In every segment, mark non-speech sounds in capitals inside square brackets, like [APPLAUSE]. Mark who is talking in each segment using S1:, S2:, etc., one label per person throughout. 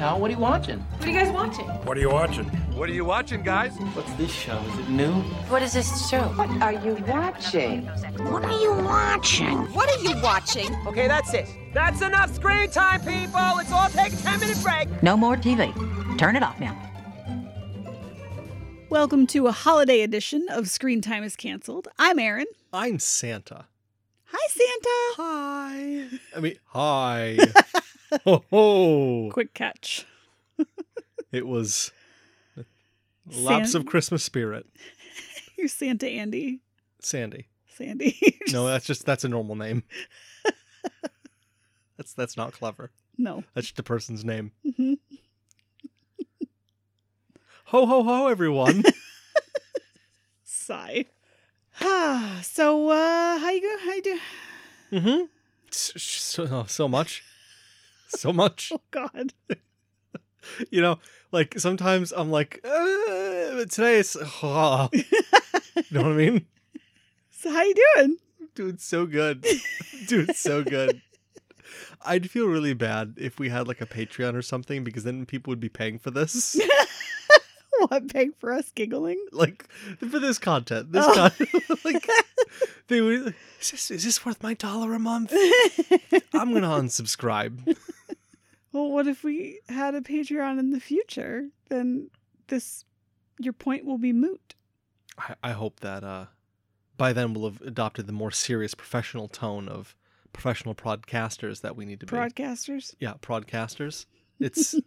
S1: Al, what are you watching?
S2: What are you guys watching?
S3: What are you watching?
S4: What are you watching, guys?
S1: What's this show? Is it new?
S5: What is this show?
S6: What are you watching?
S7: What are you watching?
S8: What are you watching?
S9: Okay, that's it. That's enough screen time, people. Let's all take a 10 minute break.
S5: No more TV. Turn it off now.
S10: Welcome to a holiday edition of Screen Time is Cancelled. I'm Aaron.
S11: I'm Santa.
S10: Hi, Santa.
S11: Hi. I mean, [LAUGHS] hi. ho, ho.
S10: Quick catch.
S11: It was a lapse
S10: San-
S11: of Christmas spirit.
S10: You're Santa Andy.
S11: Sandy. [LAUGHS]
S10: Sandy.
S11: No, that's just that's a normal name. [LAUGHS] that's that's not clever.
S10: No.
S11: That's just a person's name.
S10: hmm
S11: Ho ho ho, [LAUGHS] everyone. [SIGHS]
S10: Sigh. so, uh, how you go? How you do?
S11: mm-hmm. So, oh, so much. So [LAUGHS] much.
S10: Oh God.
S11: You know, like sometimes I'm like, uh, but today it's. Oh. [LAUGHS] you know what I mean?
S10: So how you doing? [LAUGHS]
S11: Dude, so good. [LAUGHS] Dude, so good. I'd feel really bad if we had like a Patreon or something because then people would be paying for this. [LAUGHS]
S10: What peg for us giggling?
S11: Like for this content. This
S10: Oh.
S11: content [LAUGHS] like they would is this, is this worth my dollar a month? I'm gonna unsubscribe.
S10: well, what if we had a Patreon in the future? Then this, your point will be moot.
S11: I, I hope that uh by then we'll have adopted the more serious professional tone of professional broadcasters that we need to be.
S10: Broadcasters.
S11: yeah, broadcasters. It's [LAUGHS]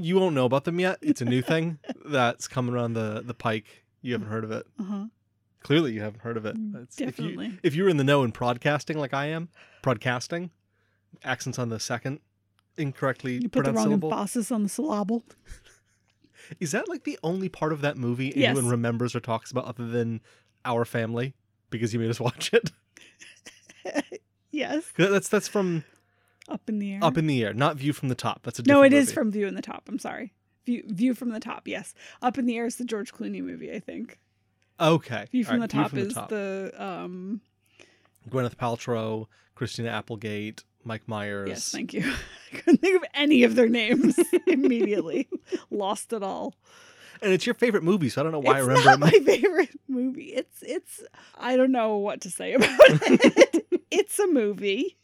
S11: you won't know about them yet. It's a new thing that's coming around the the pike. You haven't heard of it.
S10: Uh huh.
S11: Clearly, you haven't heard of it. It's-
S10: Mm,
S11: If,
S10: Definitely.
S11: you, if you're in the know in broadcasting, like I am, broadcasting, accents on the second, incorrectly
S10: You put the
S11: pronounced
S10: wrong
S11: syllable.
S10: emphasis on the syllable.
S11: Is that like the only part of that movie
S10: Yes.
S11: anyone remembers or talks about other than our family? Because you made us [LAUGHS] watch it.
S10: Yes.
S11: That's that's from
S10: Up in the air.
S11: Up in the Air, not View from the Top. That's a
S10: Mm-hmm. No, it
S11: different
S10: is
S11: movie.
S10: from View in the Top. I'm sorry. View View from the Top. Yes. Up in the Air is the George Clooney movie, I think.
S11: okay.
S10: View from
S11: Alright,
S10: the Top is
S11: Top.
S10: the um
S11: Gwyneth Paltrow, Christina Applegate, Mike Myers.
S10: Yes, thank you. [LAUGHS] I couldn't think of any of their
S11: [LAUGHS]
S10: names immediately. Lost it all.
S11: and it's your favorite movie, so I don't know why
S10: it's
S11: Oh, I remember it.
S10: not my favorite movie. It's it's I don't know what to say [LAUGHS] about it. it's a movie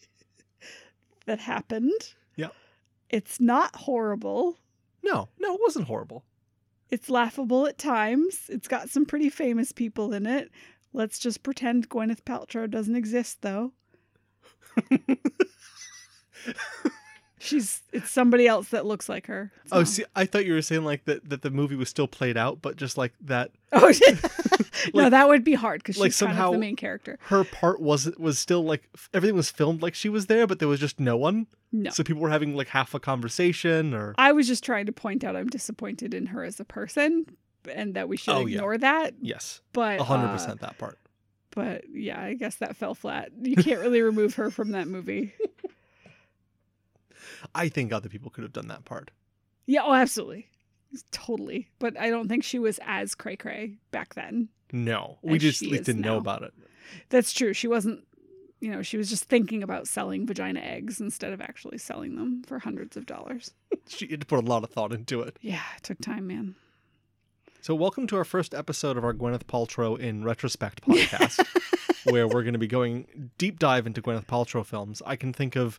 S10: that happened.
S11: Yeah.
S10: It's not horrible.
S11: [LAUGHS] No, no, it wasn't horrible.
S10: It's laughable at times. It's got some pretty famous people in it. Let's just pretend Gwyneth Paltrow doesn't exist, though. She's it's somebody else that looks like her. It's
S11: Oh,
S10: not-
S11: see, I thought you were saying like that, that the movie was still played out, but just like that
S10: Oh, [LAUGHS] no,
S11: Like-
S10: that would be hard because she's
S11: like
S10: kind of the
S11: somehow-
S10: main character.
S11: her part was was still like f- everything was filmed like she was there, but there was just no one.
S10: No,
S11: So people were having like half a conversation or
S10: I was just trying to point out I'm disappointed in her as a person, and that we should
S11: Oh, yeah.
S10: ignore that.
S11: yes,
S10: But
S11: a hundred
S10: uh,
S11: percent that part.
S10: but yeah, I guess that fell flat. You can't really remove her from that movie.
S11: I think other people could have done that part.
S10: Yeah, oh, absolutely. Totally. But I don't think she was as cray cray back then.
S11: No, we
S10: As
S11: just
S10: she
S11: like,
S10: is
S11: didn't know
S10: now.
S11: about it.
S10: That's true. She wasn't, you know, she was just thinking about selling vagina eggs instead of actually selling them for hundreds of dollars.
S11: She had to put a lot of thought into it.
S10: Yeah, it took time, man.
S11: So welcome to our first episode of our Gwyneth Paltrow
S10: [LAUGHS]
S11: in retrospect podcast, where we're going to be going deep dive into Gwyneth Paltrow films. I can think of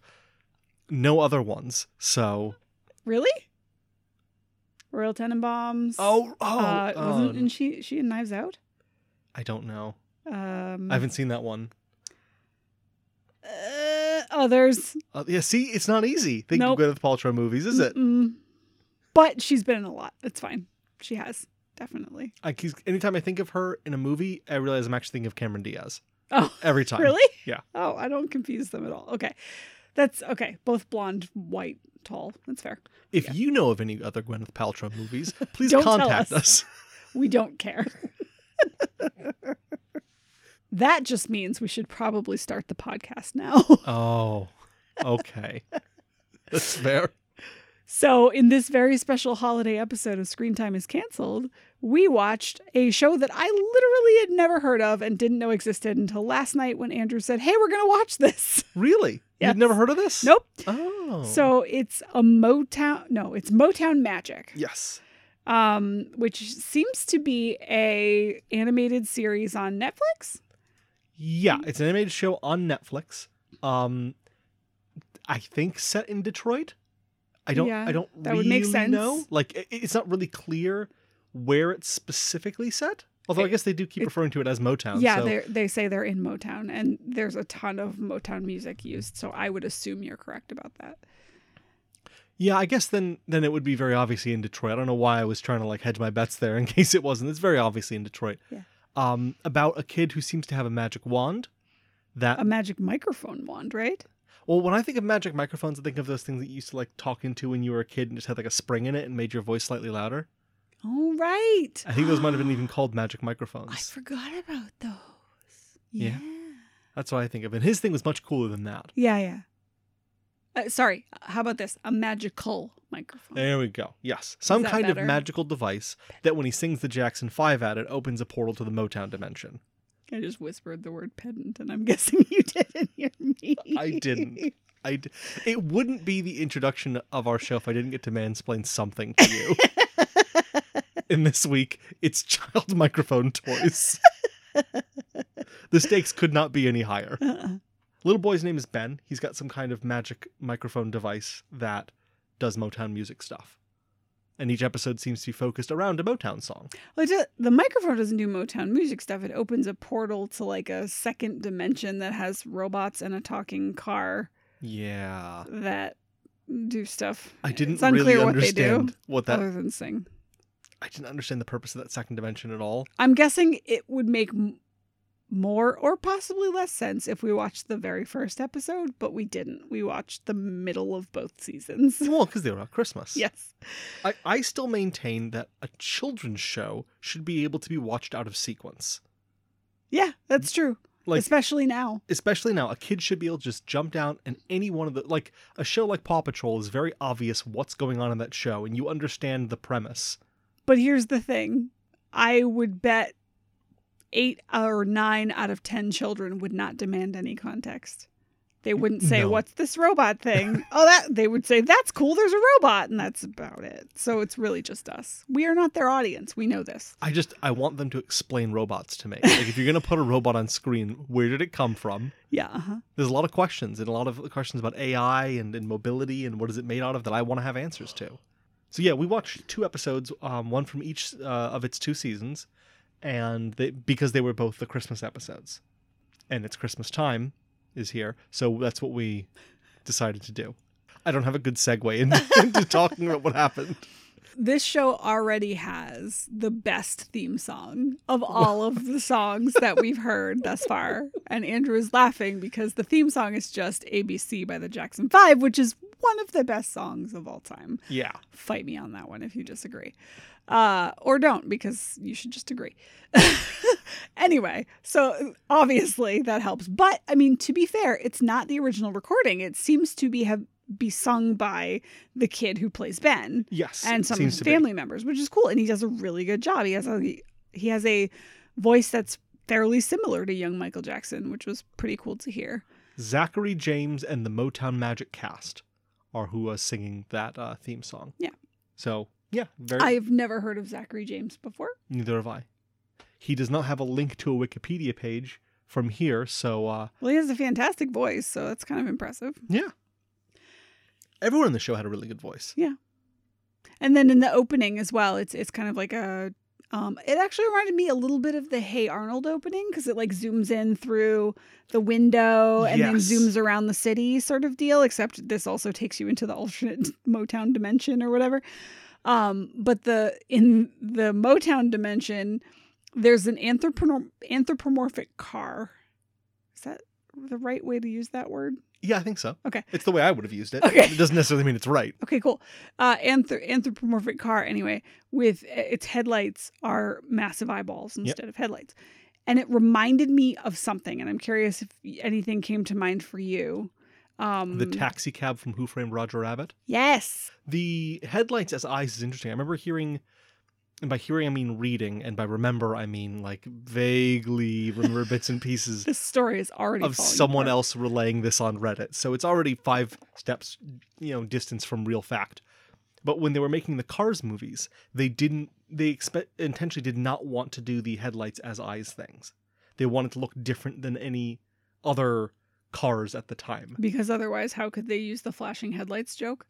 S11: no other ones, so
S10: Really? Royal Tenenbaums.
S11: Oh, oh,
S10: uh, wasn't
S11: um,
S10: and she she in Knives Out?
S11: I don't know.
S10: Um,
S11: I haven't seen that one.
S10: Uh, others.
S11: Uh, yeah, see, it's not easy thinking
S10: Nope.
S11: good of Paltrow movies, is it?
S10: Mm-mm. But she's been in a lot. It's fine. She has definitely.
S11: I keep, anytime I think of her in a movie, I realize I'm actually thinking of Cameron Diaz
S10: Oh, [LAUGHS]
S11: every time.
S10: Really?
S11: [LAUGHS] Yeah.
S10: Oh, I don't confuse them at all. Okay. That's okay. Both blonde, white, tall. That's fair.
S11: If you know of any other Gwyneth Paltrow
S10: [LAUGHS]
S11: movies, please
S10: Don't tell
S11: contact
S10: us.
S11: us. [LAUGHS]
S10: We don't care. [LAUGHS] that just means we should probably start the podcast now. [LAUGHS]
S11: Oh, [LAUGHS] okay, that's fair.
S10: so, in this very special holiday episode of Screen Time is Cancelled, we watched a show that I literally had never heard of and didn't know existed until last night when Andrew said, Hey, we're going to watch this.
S11: Really?
S10: Yes.
S11: You've never heard of this?
S10: Nope.
S11: Oh.
S10: So it's a Motown. No, it's Motown Magic.
S11: Yes.
S10: um, which seems to be a animated series on Netflix.
S11: Yeah, it's an animated show on Netflix. Um, I think set in Detroit. I don't.
S10: Yeah,
S11: I don't
S10: that
S11: really
S10: would make sense.
S11: know. Like, i- it's not really clear where it's specifically set. Although I guess they do keep referring to it as Motown.
S10: yeah,
S11: so
S10: they they say they're in Motown, and there's a ton of Motown music used. So I would assume you're correct about that.
S11: yeah. I guess then then it would be very obviously in Detroit. I don't know why I was trying to like hedge my bets there in [LAUGHS] case it wasn't. It's very obviously in Detroit.
S10: Yeah.
S11: Um, about a kid who seems to have a magic wand. That
S10: A magic microphone wand, right?
S11: Well, when I think of magic microphones, I think of those things that you used to like talk into when you were a kid and just had like a spring in it and made your voice slightly louder.
S10: All right.
S11: I think those might have been even called magic
S10: [GASPS] I
S11: microphones.
S10: forgot about those.
S11: Yeah.
S10: Yeah.
S11: That's what I think of. And his thing was much cooler than that.
S10: Yeah, yeah. Uh, sorry. How about this? A magical microphone.
S11: There we go. Yes. Some
S10: that
S11: kind
S10: better?
S11: of magical device that when he sings the Jackson 5 at it opens a portal to the Motown dimension.
S10: I just whispered the word pedant, and I'm [LAUGHS] guessing you didn't hear me.
S11: I didn't. I d- it wouldn't be the introduction of our show if I didn't get to mansplain something to
S10: [LAUGHS]
S11: you. and this week, it's child [LAUGHS] microphone toys. the stakes could not be any higher.
S10: Uh-uh.
S11: Little boy's name is Ben. He's got some kind of magic microphone device that does Motown music stuff. And each episode seems to be focused around a Motown song.
S10: Well, it just, the microphone doesn't do Motown music stuff. It opens a portal to like a second dimension that has robots and a talking car
S11: Yeah.
S10: that do stuff.
S11: I didn't
S10: it's unclear
S11: really
S10: what they do Oh.
S11: understand what that
S10: other than sing.
S11: I didn't understand the purpose of that second dimension at all.
S10: I'm guessing it would make m- more or possibly less sense if we watched the very first episode, but we didn't. We watched the middle of both seasons. [LAUGHS]
S11: Well, because they were about Christmas.
S10: yes.
S11: I, I still maintain that a children's show should be able to be watched out of sequence.
S10: Yeah, that's true.
S11: Like-
S10: Especially now.
S11: Especially now, a kid should be able to just jump down and any one of the like a show like Paw Patrol is very obvious what's going on in that show and you understand the premise.
S10: But here's the thing I would bet eight or nine out of 10 children would not demand any context. They wouldn't say,
S11: No.
S10: What's this robot thing? oh, that they would say, That's cool. There's a robot. And that's about it. So it's really just us. We are not their audience. We know this.
S11: I just I want them to explain robots to me. Like if you're gonna put a robot on screen, where did it come from?
S10: Yeah. Uh-huh.
S11: There's a lot of questions and a lot of questions about AI and, and mobility and what is it made out of that I want to have answers to. So yeah, we watched two episodes, um, one from each uh, of its two seasons, and they, because they were both the Christmas episodes, and it's Christmas time is here, so that's what we decided to do. I don't have a good segue in- [LAUGHS] into talking about what happened.
S10: This show already has the best theme song of all of the songs that we've heard thus far. And Andrew is laughing because the theme song is just ABC by the Jackson 5, which is one of the best songs of all time.
S11: Yeah,
S10: fight me on that one if you disagree. Uh, or don't, because you should just agree. [LAUGHS] anyway, so obviously that helps. But I mean, to be fair, it's not the original recording. It seems to be have be sung by the kid who plays Ben
S11: yes,
S10: and
S11: it
S10: some of
S11: seems
S10: his
S11: to be.
S10: family members, which is cool. And he does a really good job. He has a he has a voice that's fairly similar to young Michael Jackson, which was pretty cool to hear.
S11: Zachary James and the Motown Magic Cast are who are singing that uh, theme song.
S10: Yeah.
S11: So yeah, very.
S10: I've never heard of Zachary James before.
S11: Neither have I. He does not have a link to a Wikipedia page from here, so uh
S10: Well, he has a fantastic voice, so that's kind of impressive.
S11: yeah. Everyone in the show had a really good voice.
S10: And then in the opening as well, it's it's kind of like a um it actually reminded me a little bit of the Hey Arnold opening because it like zooms in through the window and then
S11: Yes.
S10: zooms around the city sort of deal, except this also takes you into the alternate [LAUGHS] Motown dimension or whatever. Um but the in the Motown dimension there's an anthropomor- anthropomorphic car. Is that the right way to use that word?
S11: Yeah, I think so.
S10: Okay.
S11: It's the way I would have used it.
S10: Okay.
S11: It doesn't necessarily mean it's right.
S10: Okay, cool. Uh, anthr- anthropomorphic car, anyway, with uh, its headlights are massive eyeballs instead of headlights. And it reminded me of something, and I'm curious if anything came to mind for you. Um,
S11: The taxi cab from Who Framed Roger Rabbit.
S10: Yes.
S11: The headlights as eyes is interesting. I remember hearing and by hearing I mean reading, and by remember I mean like vaguely remember bits and pieces
S10: This story is already
S11: of
S10: falling
S11: someone
S10: apart.
S11: else relaying this on Reddit. So it's already five steps, you know, distance from real fact. But when they were making the Cars movies, they didn't. They expe- intentionally did not want to do the headlights as eyes things. They wanted to look different than any other cars at the time.
S10: Because otherwise, how could they use the flashing headlights joke?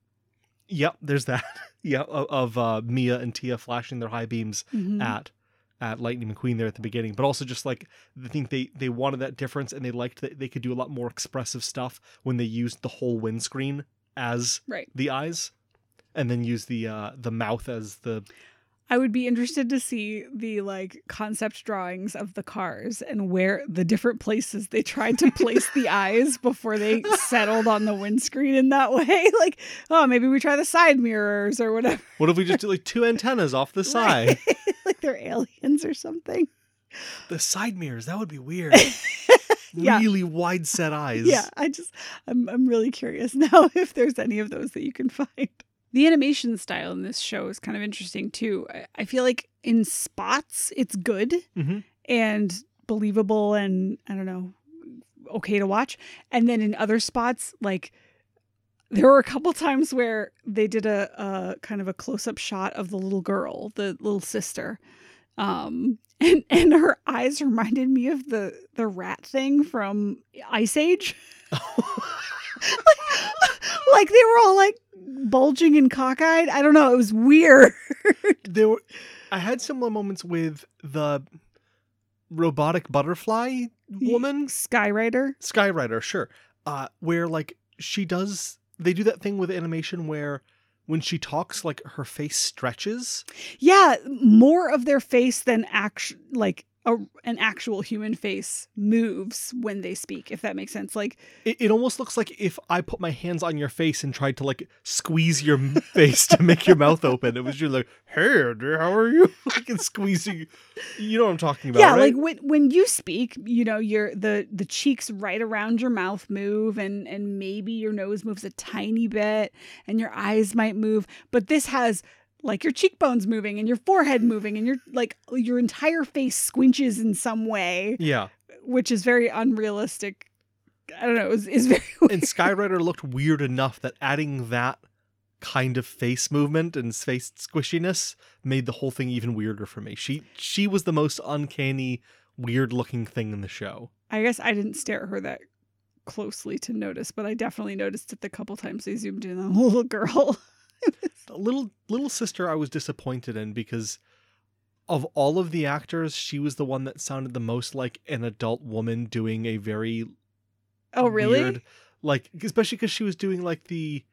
S11: Yep, there's that. [LAUGHS] yeah, o- of uh, Mia and Tia flashing their high beams
S10: [LAUGHS] Mhm.
S11: at at Lightning McQueen there at the beginning, but also just like I think they they wanted that difference and they liked that they could do a lot more expressive stuff when they used the whole windscreen as
S10: Right.
S11: the eyes, and then use the uh the mouth as the
S10: I would be interested to see the like concept drawings of the cars and where the different places they tried to place the eyes before they settled on the windscreen in that [LAUGHS] way. Like, oh, maybe we try the side mirrors or whatever. [LAUGHS]
S11: what if we just do like two antennas off the side,
S10: like they're aliens or something. [LAUGHS]
S11: the side mirrors that would be weird,
S10: Yeah.
S11: really wide set eyes.
S10: Yeah, I just I'm I'm really curious [LAUGHS] now if there's any of those that you can find. The animation style in this show is kind of interesting too. I, I feel like in spots it's good
S11: Mhm.
S10: and believable and I don't know okay to watch. And then in other spots like there were a couple times where they did a, a kind of a close-up shot of the little girl, the little sister. Um [LAUGHS] and and her eyes reminded me of the the rat thing from Ice Age [LAUGHS] like they were all like bulging and cockeyed. I don't know. It was weird.
S11: [LAUGHS] there were I had similar moments with the robotic butterfly
S10: [LAUGHS]
S11: woman
S10: Skywriter.
S11: Skyrider, sure. Uh, where like she does, they do that thing with animation where when she talks, like her face stretches.
S10: Yeah, more of their face than act like a, an actual human face moves when they speak. If that makes sense. Like
S11: It, it almost looks like if I put my hands on your face and tried to like squeeze
S10: [LAUGHS]
S11: your m- face to make your mouth open. It was just like, hey, dear, how are you? [LAUGHS] like and squeezing. You know what I'm talking about,
S10: yeah,
S11: right?
S10: like when when you speak, you know, your the the cheeks right around your mouth move, and and maybe your nose moves a tiny bit, and your eyes might move, but this has like your cheekbones moving and your forehead moving and your like your entire face squinches in some way
S11: yeah.
S10: which is very unrealistic i don't know is is very [LAUGHS] weird.
S11: And Skyrider looked weird enough that adding that kind of face movement and face squishiness made the whole thing even weirder for me. She she was the most uncanny, weird looking thing in the show.
S10: i guess i didn't stare at her that closely to notice but i definitely noticed it the couple times they zoomed in on the little girl [LAUGHS]
S11: The little little sister I was disappointed in because of all of the actors, she was the one that sounded the most like an adult woman doing a very
S10: oh really
S11: weird, like especially because she was doing like the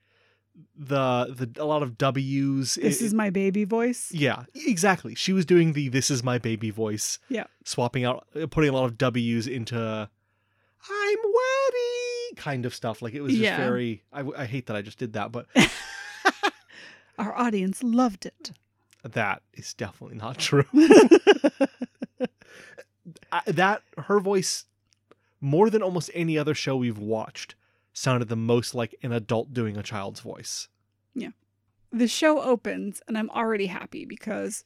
S11: the the a lot of W's.
S10: this
S11: It-
S10: is my baby voice
S11: Yeah, exactly. She was doing the "This is my baby" voice.
S10: Yeah.
S11: swapping out, uh, putting a lot of W's into "I'm wetty" kind of stuff. Like it was just
S10: Yeah.
S11: very. I, w- I hate that I just
S10: [LAUGHS]
S11: did that, but
S10: Our audience loved it.
S11: that is definitely
S10: [LAUGHS]
S11: not true. I, that her voice, more than almost any other show we've watched, sounded the most like an adult doing a child's voice.
S10: The show opens, and I'm already happy because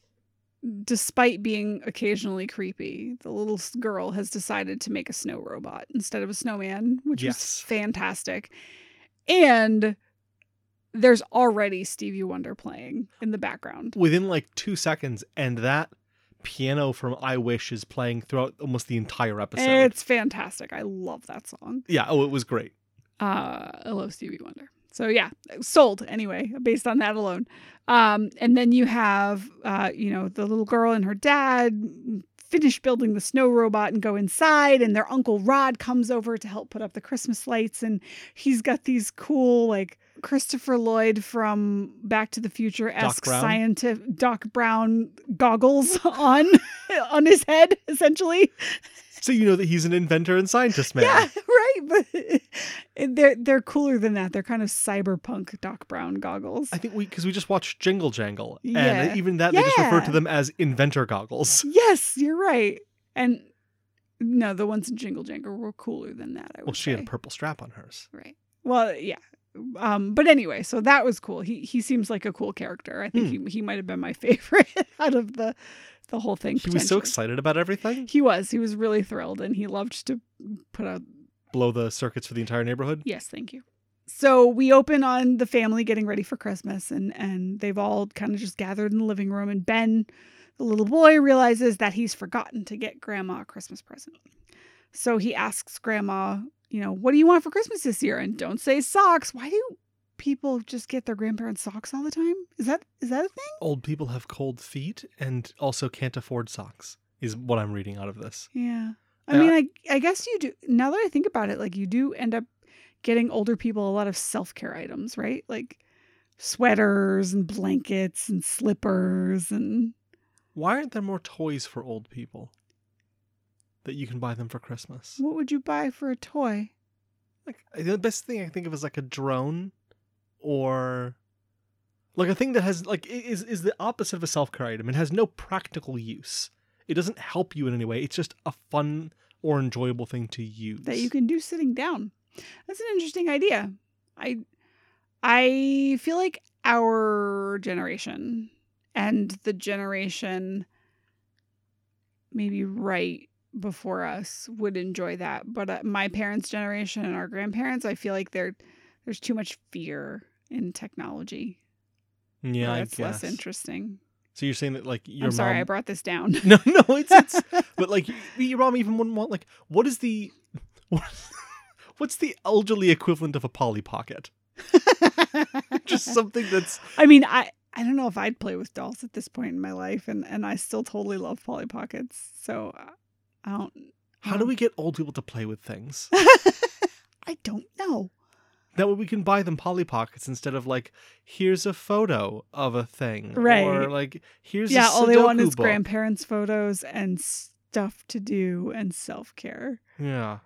S10: despite being occasionally creepy, the little s- girl has decided to make a snow robot instead of a snowman, which
S11: Yes.
S10: was fantastic. And there's already Stevie Wonder playing in the background.
S11: within like two seconds, and that piano from I Wish is playing throughout almost the entire episode.
S10: It's fantastic. I love that song.
S11: yeah, oh, it was great.
S10: Uh, I love Stevie Wonder. So yeah, sold anyway, based on that alone. Um, and then you have, uh, you know, the little girl and her dad finish building the snow robot and go inside, and their uncle Rod comes over to help put up the Christmas lights, and he's got these cool like Christopher Lloyd from Back to the Future esque
S11: Brown?
S10: scientific Doc Brown goggles [LAUGHS] on on his head essentially.
S11: So you know that he's an inventor and scientist man.
S10: Yeah, [LAUGHS] right. But they're they're cooler than that. They're kind of cyberpunk Doc Brown goggles.
S11: I think we because we just watched Jingle Jangle, and
S10: Yeah.
S11: even that they just refer to
S10: Yeah.
S11: them as inventor goggles.
S10: [LAUGHS] Yes, you're right. And no, the ones in Jingle Jangle were cooler than that. I would
S11: Well, she had a
S10: say.
S11: purple strap on hers.
S10: right. Well, yeah, Um, but anyway, so that was cool. He he seems like a cool character. I think
S11: Hmm.
S10: he he might have been my [LAUGHS] favorite out of the the whole thing.
S11: He was so
S10: potentially.
S11: excited about everything.
S10: He was. He was really thrilled, and he loved to put out
S11: Blow the circuits for the entire neighborhood.
S10: Yes, thank you. So we open on the family getting ready for Christmas, and and they've all kind of just gathered in the living room. And Ben, the little boy, realizes that he's forgotten to get Grandma a Christmas present. So he asks Grandma, you know, what do you want for Christmas this year? And don't say socks. Why do people just get their grandparents socks all the time? Is that is that a thing?
S11: Old people have cold feet and also can't afford socks. Is what I'm reading out of this.
S10: Yeah. I
S11: Yeah.
S10: mean, I I guess you do. Now that I think about it, like you do end up getting older people a lot of self care items, right? Like sweaters and blankets and slippers and
S11: Why aren't there more toys for old people that you can buy them for Christmas?
S10: what would you buy for a toy?
S11: Like the best thing I can think of is like a drone, or like a thing that has like i- is is the opposite of a self care item. It has no practical use. It doesn't help you in any way. It's just a fun or enjoyable thing to use.
S10: that you can do sitting down. That's an interesting idea. I I feel like our generation and the generation maybe right before us would enjoy that, but uh, my parents' generation and our grandparents, I feel like there there's too much fear in technology.
S11: Yeah, I
S10: it's less
S11: guess.
S10: interesting.
S11: So you're saying that like your
S10: I'm sorry,
S11: mom
S10: I brought this down.
S11: [LAUGHS] No, no,
S10: [LAUGHS]
S11: it's it's. but like, y- your mom even wouldn't want like, what is the, [LAUGHS] what, what's the elderly equivalent of a Polly Pocket?
S10: [LAUGHS]
S11: Just something that's
S10: I mean, I I don't know if I'd play with dolls at this point in my life, and and I still totally love Polly Pockets. So uh, I don't.
S11: how do
S10: Hmm.
S11: we get old people to play with things?
S10: I don't know.
S11: That way we can buy them Polly Pockets instead of like, here's a photo of a thing,
S10: Right.
S11: Or like, here's
S10: yeah,
S11: a
S10: all they want
S11: Sudoku
S10: is
S11: book.
S10: grandparents' photos and stuff to do and self care.
S11: Yeah,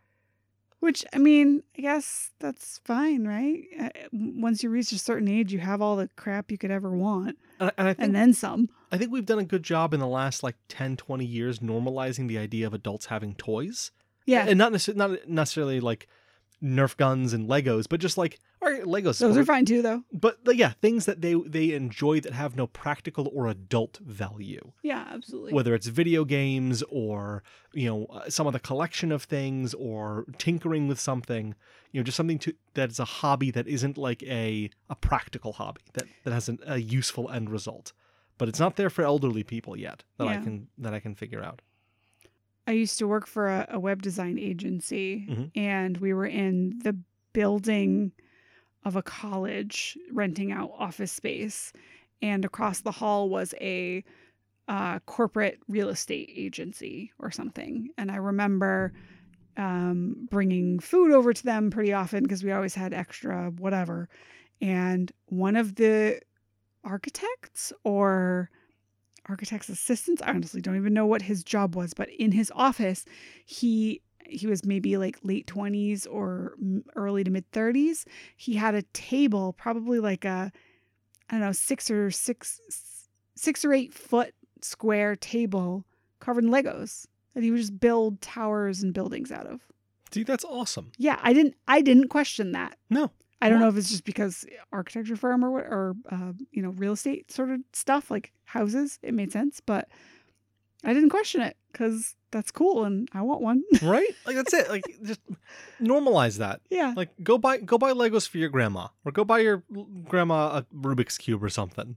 S10: Which I mean, I guess that's fine, right? Uh, Once you reach a certain age, you have all the crap you could ever want,
S11: and, and I think
S10: and then some.
S11: I think we've done a good job in the last like 10, 20 years normalizing the idea of adults having toys.
S10: Yeah,
S11: and not necessarily not necessarily like Nerf guns and Legos, but just like all right, Legos.
S10: those are fine too, though.
S11: But the- yeah, things that they they enjoy that have no practical or adult value,
S10: Yeah, absolutely.
S11: whether it's video games or you know uh, some of the collection of things or tinkering with something, you know, just something to that's a hobby that isn't like a a practical hobby that that has an, a useful end result. But it's not there for elderly people yet that I
S10: Yeah.
S11: can that I can figure out.
S10: I used to work for a, a web design agency,
S11: Mhm.
S10: and we were in the building of a college renting out office space. And across the hall was a uh, corporate real estate agency or something. And I remember um, bringing food over to them pretty often because we always had extra whatever. And one of the architects or architect's assistants. I honestly don't even know what his job was, but in his office, he he was maybe like late 20s or m- early to mid 30s. He had a table, probably like a I don't know, 6 or 6 6 or 8 foot square table covered in Legos that he would just build towers and buildings out of.
S11: See, that's awesome.
S10: Yeah, I didn't I didn't question that.
S11: No,
S10: I don't
S11: Well-
S10: know if it's just because eh, architecture firm or what, or uh, you know, real estate sort of stuff like houses. It made sense, but I didn't question it because that's cool and I want one. [LAUGHS]
S11: right? Like that's it. Like just normalize that.
S10: yeah,
S11: Like go buy go buy Legos for your grandma, or go buy your l- grandma a Rubik's cube or something.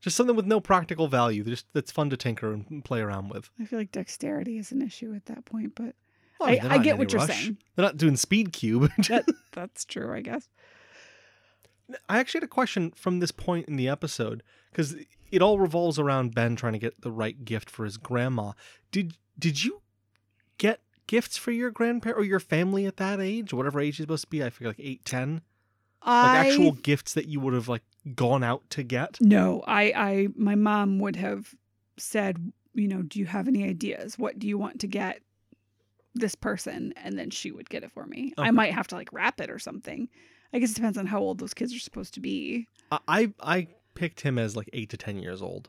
S11: Just something with no practical value. Just that's fun to tinker and play around with.
S10: I feel like dexterity is an issue at that point, but
S11: Well,
S10: I-
S11: Oh, they're
S10: I
S11: not in
S10: get
S11: any
S10: what you're saying.
S11: They're not doing speed cube. [LAUGHS]
S10: that that's true, I guess.
S11: I actually had a question from this point in the episode because it all revolves around Ben trying to get the right gift for his grandma. Did did you get gifts for your grandparent or your family at that age, whatever age you're supposed to be? I figure like eight, ten. like
S10: I
S11: actual gifts that you would have like gone out to get
S10: no, I I my mom would have said, you know, do you have any ideas? What do you want to get? this person and then she would get it for me.
S11: Okay.
S10: I might have to like wrap it or something. I guess it depends on how old those kids are supposed to be.
S11: I- i i picked him as like eight to ten years old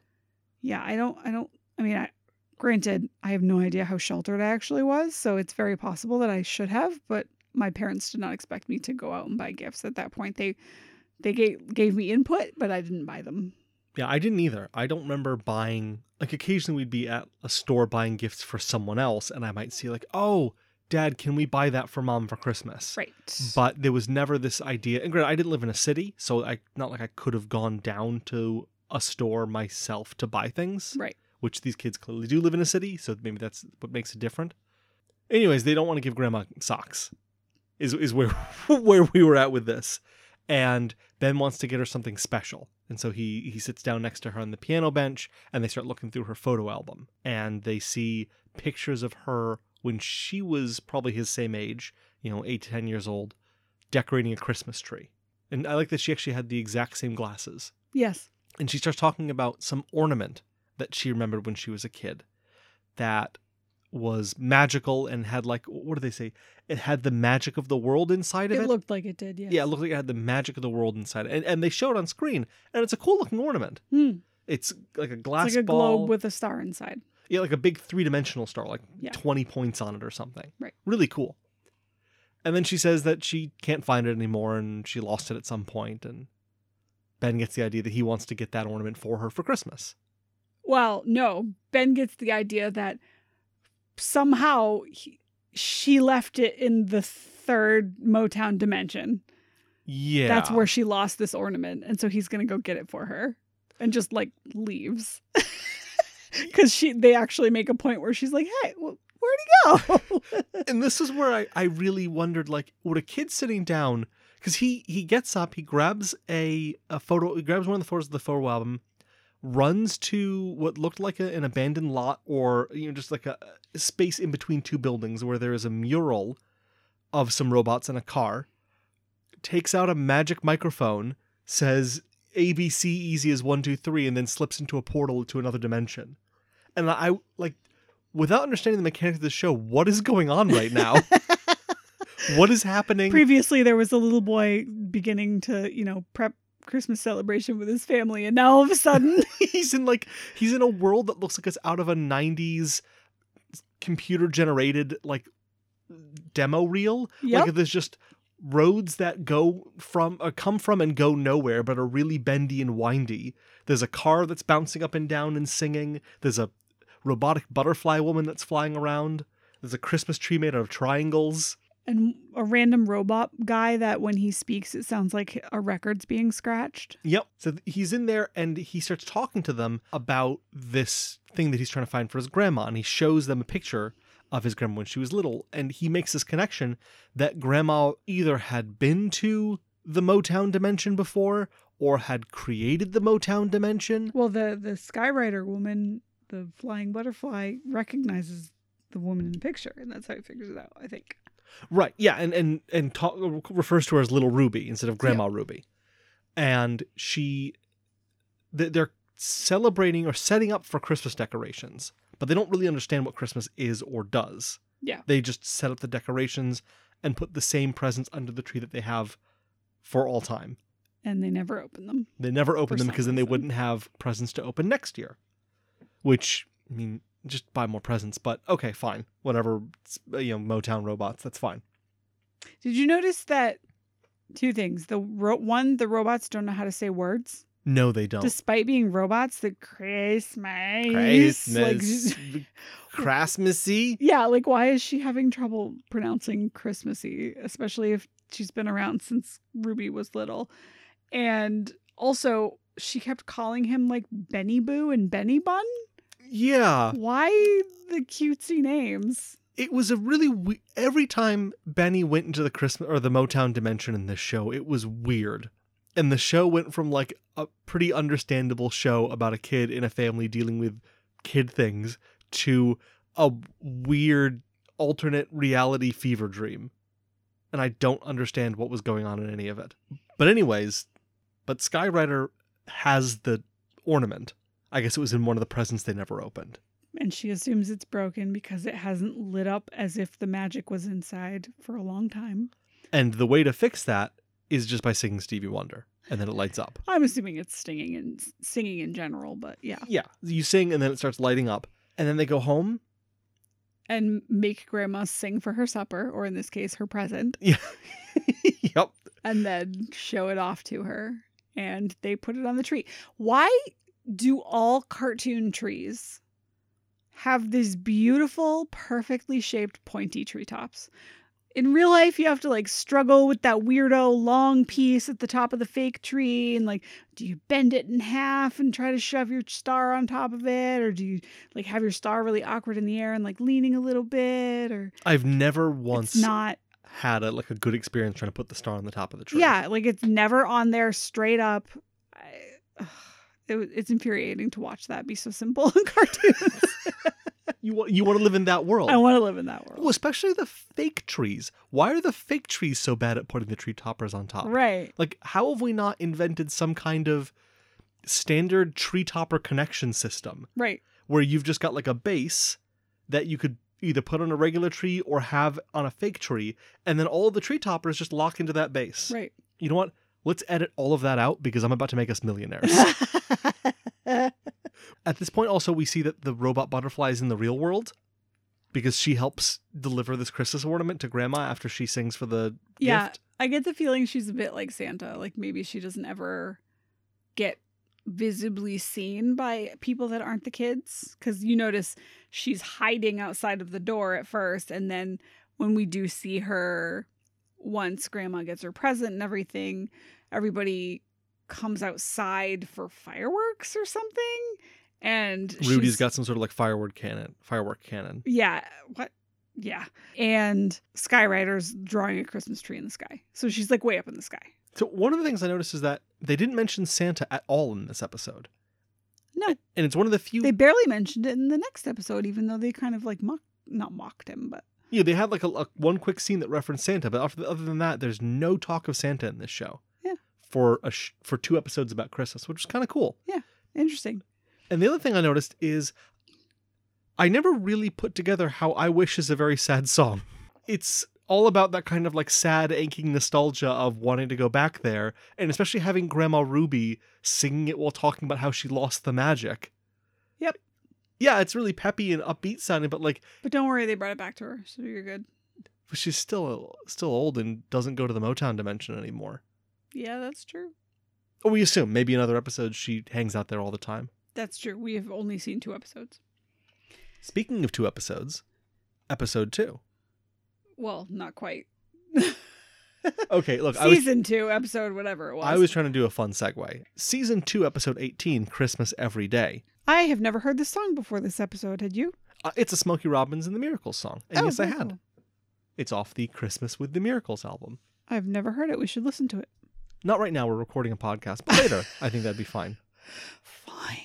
S10: yeah i don't i don't i mean I, granted i have no idea how sheltered i actually was so it's very possible that i should have but my parents did not expect me to go out and buy gifts at that point. They they gave gave me input, but I didn't buy them.
S11: Yeah, I didn't either. I don't remember buying like occasionally we'd be at a store buying gifts for someone else and I might see like, "Oh, dad, can we buy that for mom for Christmas?"
S10: Right.
S11: But there was never this idea. And granted, I didn't live in a city, so I not like I could have gone down to a store myself to buy things,
S10: right.
S11: which these kids clearly do live in a city, so maybe that's what makes it different. Anyways, they don't want to give grandma socks. Is is where [LAUGHS] where we were at with this. And Ben wants to get her something special. And so he he sits down next to her on the piano bench and they start looking through her photo album and they see pictures of her when she was probably his same age, you know, 8 to 10 years old, decorating a Christmas tree. And I like that she actually had the exact same glasses
S10: Yes.
S11: and she starts talking about some ornament that she remembered when she was a kid that was magical and had like what do they say it had the magic of the world inside of it,
S10: It looked like it did, yes.
S11: yeah it looked like it had the magic of the world inside it. and, and they show it on screen and it's a cool looking ornament
S10: Hmm.
S11: it's like a glass
S10: It's like a
S11: ball
S10: globe with a star inside.
S11: yeah, like a big three dimensional star, like
S10: Yeah.
S11: 20 points on it or something.
S10: Right.
S11: Really cool. And then she says that she can't find it anymore and she lost it at some point, And Ben gets the idea that he wants to get that ornament for her for Christmas.
S10: Well, no, Ben gets the idea that somehow he, she left it in the third Motown dimension.
S11: Yeah.
S10: That's where she lost this ornament, and so he's gonna go get it for her, and just like leaves, [LAUGHS] because she they actually make a point where she's like, "Hey, wh- where'd he go?"
S11: [LAUGHS] and this is where I, I really wondered like, would a kid sitting down because he he gets up, he grabs a, a photo he grabs one of the photos of the photo album, runs to what looked like a, an abandoned lot or you know, just like a a space in between two buildings where there is a mural of some robots and a car, takes out a magic microphone, says ABC easy as E, one, two, three, and then slips into a portal to another dimension. And I like without understanding the mechanics of the show, what is going on right now? what is happening?
S10: Previously, there was a little boy beginning to you know prep Christmas celebration with his family, and now all of a sudden, [LAUGHS]
S11: [LAUGHS] he's in like he's in a world that looks like it's out of a 90s computer generated like demo reel
S10: Yep.
S11: like there's just roads that go from uh, come from and go nowhere but are really bendy and windy there's a car that's bouncing up and down and singing there's a robotic butterfly woman that's flying around there's a christmas tree made out of triangles
S10: and a random robot guy that when he speaks, it sounds like a record's being scratched.
S11: Yep. So th- he's in there and he starts talking to them about this thing that he's trying to find for his grandma. And he shows them a picture of his grandma when she was little. And he makes this connection that grandma either had been to the Motown dimension before or had created the Motown dimension.
S10: Well, the the Skyrider woman, the flying butterfly, recognizes the woman in the picture, and that's how he figures it out. I think.
S11: Right. Yeah. And and and ta- refers to her as Little Ruby instead of Grandma Ruby, and she, th- they're celebrating or setting up for Christmas decorations, but they don't really understand what Christmas is or does.
S10: Yeah.
S11: They just set up the decorations and put the same presents under the tree that they have for all time.
S10: And they never open them.
S11: They never
S10: For
S11: open them
S10: some
S11: because then they
S10: reason.
S11: wouldn't have presents to open next year. Which I mean, just buy more presents, but okay, fine, whatever. It's, you know, Motown robots, that's fine.
S10: Did you notice that? Two things. The ro- one, the robots don't know how to say words,
S11: No, they don't.
S10: despite being robots. The Christmas,
S11: Christmas.
S10: Like,
S11: Christmassy.
S10: yeah, like why is she having trouble pronouncing Christmassy, especially if she's been around since Ruby was little? And also, she kept calling him like Benny Boo and Benny Bun.
S11: [LAUGHS] Yeah.
S10: Why the cutesy names?
S11: It was a really we- every time Benny went into the Christmas or the Motown dimension in this show, it was weird. And the show went from like a pretty understandable show about a kid in a family dealing with kid things to a weird alternate reality fever dream. And I don't understand what was going on in any of it. But anyways, but Skyrider has the ornament. I guess it was in one of the presents they never opened.
S10: And she assumes it's broken because it hasn't lit up as if the magic was inside for a long time.
S11: And the way to fix that is just by singing Stevie Wonder, and then it lights up.
S10: I'm assuming it's singing and singing in general, but yeah. [LAUGHS]
S11: Yeah, you sing, and then it starts lighting up, and then they go home,
S10: and make grandma sing for her supper, or in this case, her present,
S11: Yeah. yep.
S10: and then show it off to her. And they put it on the tree. Why do all cartoon trees have these beautiful, perfectly shaped, pointy treetops? In real life, you have to like struggle with that weirdo long piece at the top of the fake tree. And like, do you bend it in half and try to shove your star on top of it? Or do you like have your star really awkward in the air and like leaning a little bit? Or
S11: I've never
S10: it's
S11: once
S10: not
S11: had a like a good experience trying to put the star on the top of the tree.
S10: Yeah, like it's never on there straight up. I, ugh, it, wa- it's infuriating to watch that be so simple in [LAUGHS] cartoons.
S11: You want you want to live in that world.
S10: I want to live in that
S11: Well,
S10: world.
S11: especially the fake trees. Why are the fake trees so bad at putting the tree toppers on top?
S10: Right.
S11: Like, how have we not invented some kind of standard tree topper connection system
S10: Right.
S11: where you've just got like a base that you could either put on a regular tree or have on a fake tree, and then all the tree toppers just lock into that base?
S10: Right.
S11: You know what? Let's edit all of that out because I'm about to make us millionaires. At this point, also, we see that the robot butterfly is in the real world because she helps deliver this Christmas ornament to Grandma after she sings for the
S10: Yeah.
S11: gift.
S10: I get the feeling she's a bit like Santa. Like maybe she doesn't ever get visibly seen by people that aren't the kids. Because you notice she's hiding outside of the door at first. And then when we do see her, once grandma gets her present and everything, everybody comes outside for fireworks or something. And
S11: Rudy's
S10: she's-
S11: got some sort of like firework cannon, firework cannon.
S10: yeah. What? Yeah. And Skyrider's drawing a Christmas tree in the sky. So she's like way up in the sky.
S11: So one of the things I noticed is that they didn't mention Santa at all in this episode.
S10: No.
S11: and it's one of the few.
S10: They barely mentioned it in the next episode, even though they kind of like mock, not mocked him, but
S11: yeah, they had like a, a- one quick scene that referenced Santa, but other other than that, there's no talk of Santa in this show.
S10: Yeah.
S11: for a sh- for two episodes about Christmas, which is kind of cool.
S10: interesting.
S11: And the other thing I noticed is I never really put together how I Wish is a very sad song. It's all about that kind of like sad, aching nostalgia of wanting to go back there, and especially having Grandma Ruby singing it while talking about how she lost the magic.
S10: Yep.
S11: Yeah, it's really peppy and upbeat sounding, but like
S10: But don't worry, they brought it back to her, so you're good.
S11: but she's still still old and doesn't go to the Motown dimension anymore.
S10: Yeah, that's true.
S11: Or we assume maybe in other episodes she hangs out there all the time.
S10: That's true. We have only seen two episodes.
S11: Speaking of two episodes, episode two.
S10: Well, not quite.
S11: Okay, look, I was
S10: Season two, episode whatever it was.
S11: I was trying to do a fun segue. Season 2, episode 18, Christmas Every Day.
S10: I have never heard this song before this episode. Had you?
S11: Uh, it's a Smokey Robbins and the Miracles song. And
S10: Oh,
S11: yes, I
S10: very
S11: had.
S10: cool.
S11: It's off the Christmas with the Miracles album.
S10: I've never heard it. We should listen to it.
S11: Not right now, we're recording a podcast,
S10: [LAUGHS]
S11: but later, I think that'd be fine.
S10: Fine.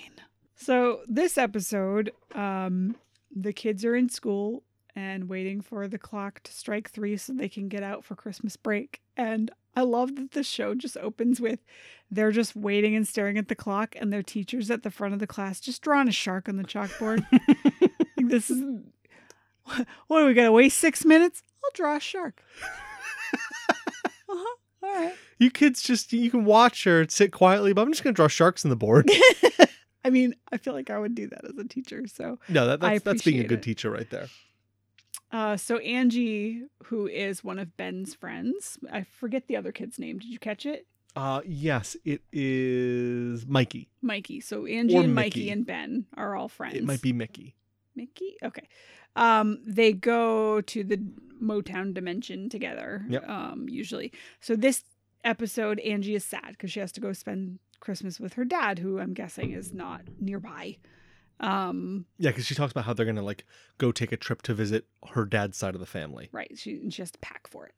S10: So this episode, um, the kids are in school and waiting for the clock to strike three so they can get out for Christmas break. And I love that the show just opens with they're just waiting and staring at the clock, and their teachers at the front of the class just drawing a shark on the chalkboard. Like, this is what, what are we gonna waste six minutes? I'll draw a shark. uh-huh. All right.
S11: You kids just, you can watch or sit quietly, but I'm just going to draw sharks on
S10: [LAUGHS]
S11: the board.
S10: I mean, I feel like I would do that as a teacher. So
S11: No, that,
S10: I
S11: that's, that's being a
S10: appreciate
S11: good
S10: it.
S11: teacher right there.
S10: Uh, so Angie, who is one of Ben's friends, I forget the other kid's name. Did you catch it?
S11: Uh, yes, it is Mikey.
S10: Mikey. So Angie
S11: Or
S10: and Mikey.
S11: Mickey.
S10: and Ben are all friends.
S11: It might be Mickey.
S10: Mickey. Okay. Um, they go to the Motown dimension together.
S11: Yep.
S10: Um, usually. So this episode, Angie is sad because she has to go spend Christmas with her dad, who I'm guessing is not nearby. Um,
S11: Yeah, because she talks about how they're going to like go take a trip to visit her dad's side of the family.
S10: Right. She and she has to pack for it.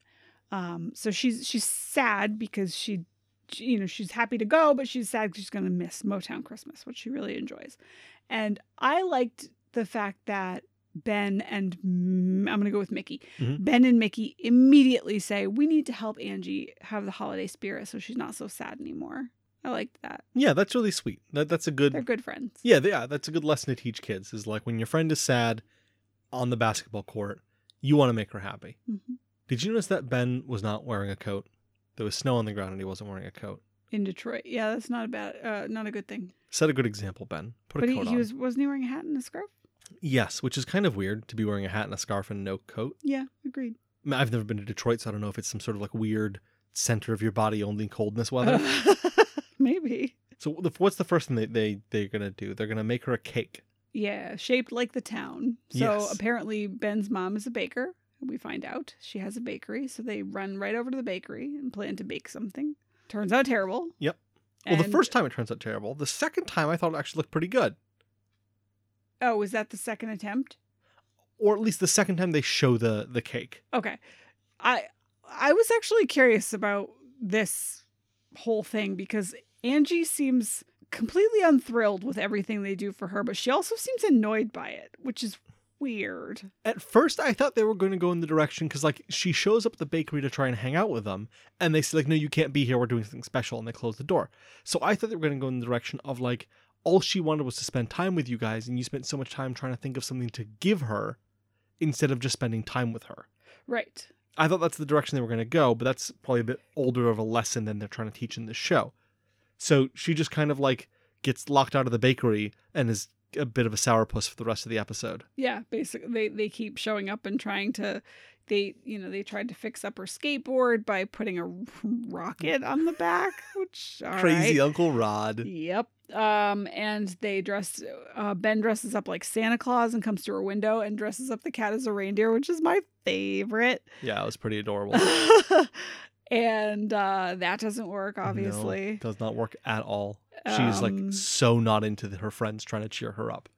S10: Um, so she's she's sad because she, she you know, she's happy to go, but she's sad 'cause she's gonna miss Motown Christmas, which she really enjoys. And I liked the fact that Ben and M- I'm gonna go with Mickey.
S11: Mhm.
S10: Ben and Mickey immediately say, "We need to help Angie have the holiday spirit, so she's not so sad anymore." I liked that.
S11: Yeah, that's really sweet. That, that's a good
S10: They're good friends.
S11: Mm-hmm. Yeah, yeah, that's a good lesson to teach kids is like when your friend is sad on the basketball court, you want to make her happy.
S10: Mhm.
S11: Did you notice that Ben was not wearing a coat? There was snow on the ground and he wasn't wearing a coat.
S10: In Detroit, yeah, that's not a bad, uh, not a good thing.
S11: Set a good example, Ben. Put a
S10: but he,
S11: coat
S10: he
S11: on.
S10: was wasn't he wearing a hat and a scarf?
S11: Yes, which is kind of weird to be wearing a hat and a scarf and no coat.
S10: Yeah, agreed.
S11: I mean, I've never been to Detroit, so I don't know if it's some sort of like weird center of your body only coldness weather.
S10: [LAUGHS] Maybe.
S11: so the, what's the first thing they, they they're gonna do? They're gonna make her a cake.
S10: Yeah, shaped like the town. So
S11: Yes.
S10: apparently Ben's mom is a baker. We find out she has a bakery, so they run right over to the bakery and plan to bake something. Turns out terrible.
S11: Yep. well, the
S10: And-
S11: first time it turns out terrible. The second time I thought it actually looked pretty good,
S10: Oh, was that the second attempt?
S11: or at least the second time they show the the cake.
S10: Okay. I I was actually curious about this whole thing because Angie seems completely unthrilled with everything they do for her, but she also seems annoyed by it, which is weird.
S11: At first, I thought they were going to go in the direction because like she shows up at the bakery to try and hang out with them, and they say like, "No, you can't be here. We're doing something special," and they close the door. So I thought they were going to go in the direction of like, all she wanted was to spend time with you guys, and you spent so much time trying to think of something to give her, instead of just spending time with her.
S10: Right.
S11: I thought that's the direction they were going to go, but that's probably a bit older of a lesson than they're trying to teach in this show. So she just kind of like gets locked out of the bakery and is a bit of a sourpuss for the rest of the episode.
S10: Yeah, basically they they keep showing up and trying to they you know they tried to fix up her skateboard by putting a [LAUGHS] rocket on the back, which all right.
S11: Crazy
S10: [LAUGHS]
S11: Uncle Rod.
S10: Yep. Um, and they dress. Uh, ben dresses up like Santa Claus and comes to her window and dresses up the cat as a reindeer, which is my favorite.
S11: Yeah, it was
S10: [LAUGHS]
S11: pretty adorable.
S10: and uh, that doesn't work,
S11: Oh. No,
S10: obviously.
S11: does not work at all.
S10: Um,
S11: She's like so not into the- her friends trying to cheer her up.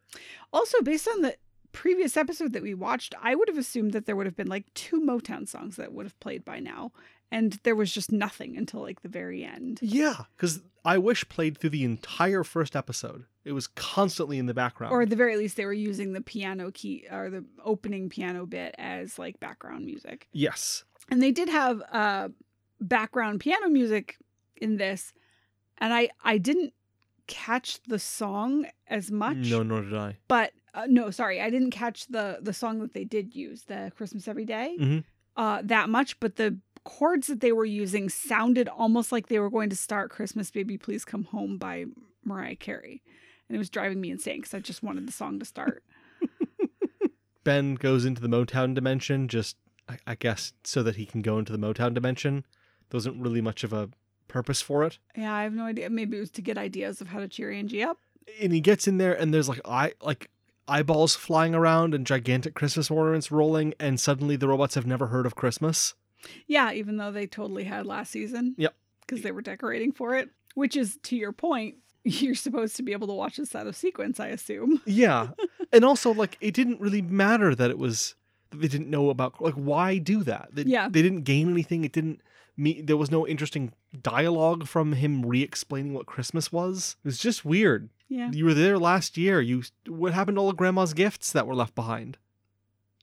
S10: Also, based on the previous episode that we watched, I would have assumed that there would have been like two Motown songs that would have played by now, and there was just nothing until like the very end.
S11: Yeah, because I wish played through the entire first episode. It was constantly in the background.
S10: Or at the very least, they were using the piano key or the opening piano bit as like background music.
S11: yes,
S10: and they did have uh background piano music in this and i i didn't catch the song as much
S11: no, nor did I.
S10: but uh, no sorry i didn't catch the the song that they did use the christmas every Day,
S11: Mhm.
S10: uh that much but the chords that they were using sounded almost like they were going to start christmas baby please come home by mariah carey and it was driving me insane because i just wanted the song to start
S11: Ben goes into the Motown dimension, just I, I guess so that he can go into the Motown dimension. There wasn't really much of a purpose for it.
S10: yeah i have no idea maybe it was to get ideas of how to cheer angie up
S11: And he gets in there, and there's like eye like eyeballs flying around and gigantic Christmas ornaments rolling, and suddenly the robots have never heard of Christmas.
S10: Yeah, even though they totally had last season.
S11: Yep.
S10: Because they were decorating for it, which is to your point. [LAUGHS] You're supposed to be able to watch this out of sequence, I assume.
S11: Yeah, and also like it didn't really matter that it was that they didn't know about like why do that? They,
S10: Yeah.
S11: they didn't gain anything. It didn't. Me, there was no interesting dialogue from him re-explaining what Christmas was. It was just weird.
S10: Yeah.
S11: You were there last year. You what happened to all of grandma's gifts that were left behind?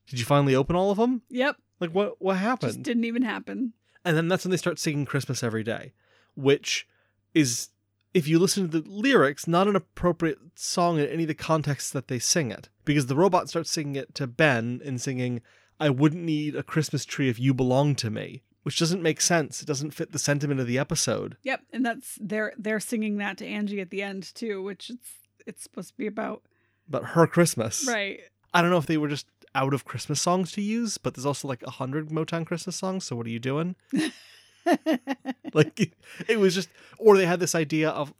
S11: Did you finally open all of them?
S10: Yep.
S11: Like what what
S10: Just
S11: happened?
S10: didn't even happen.
S11: and then that's when they start singing Christmas every day, which is if you listen to the lyrics, not an appropriate song in any of the contexts that they sing it. Because the robot starts singing it to Ben and singing, I wouldn't need a Christmas tree if you belonged to me, which doesn't make sense. It doesn't fit the sentiment of the episode.
S10: Yep. And that's they're they're singing that to Angie at the end too, which it's it's supposed to be about.
S11: But her Christmas.
S10: Right.
S11: I don't know if they were just out of Christmas songs to use, but there's also like a hundred Motown Christmas songs. So what are
S10: [LAUGHS]
S11: you doing? like it, it was just, or they had this idea of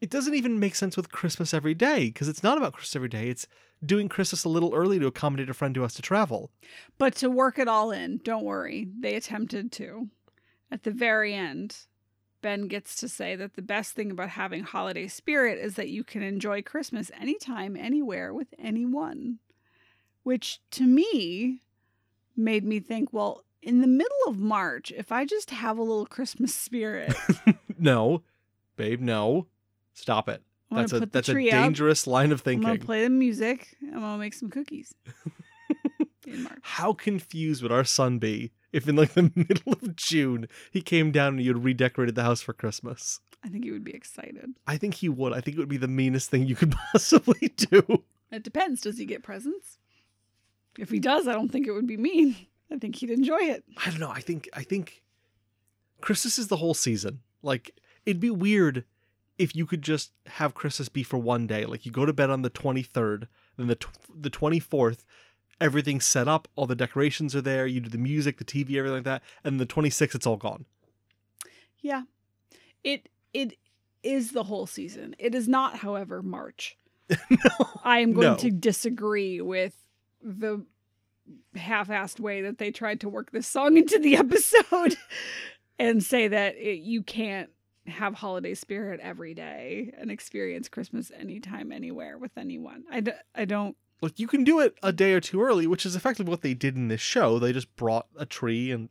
S11: it doesn't even make sense with Christmas every day because it's not about Christmas every day. It's doing Christmas a little early to accommodate a friend who has to travel.
S10: But to work it all in, don't worry. They attempted to. At the very end, Ben gets to say that the best thing about having holiday spirit is that you can enjoy Christmas anytime, anywhere, with anyone. Which to me made me think, well, in the middle of March, if I just have a little Christmas spirit, [LAUGHS]
S11: No, babe, no, stop it.
S10: I'm
S11: that's
S10: gonna
S11: a
S10: put the
S11: that's a
S10: tree up.
S11: dangerous line of
S10: I'm gonna
S11: thinking.
S10: play the music, I'm gonna make some cookies in March.
S11: How confused would our son be if in like the [LAUGHS] middle of June he came down and you had redecorated the house for Christmas?
S10: I think you would be excited.
S11: I think he would. I think it would be the meanest thing you could [LAUGHS] possibly do.
S10: It depends. Does he get presents? If he does, I don't think it would be mean. I think he'd enjoy it.
S11: I don't know. I think I think Christmas is the whole season. Like it'd be weird if you could just have Christmas be for one day, like you go to bed on the 23rd, then the tw- the 24th, everything's set up, all the decorations are there, you do the music, the TV, everything like that, and the 26th it's all gone.
S10: Yeah. It it is the whole season. It is not, however, March. I am going
S11: [LAUGHS] No.
S10: to disagree with the half-assed way that they tried to work this song into the [LAUGHS] episode and say that it, you can't have holiday spirit every day and experience Christmas anytime anywhere with anyone. I, d- I don't
S11: Like you can do it a day or two early, which is effectively what they did in this show. They just brought a tree and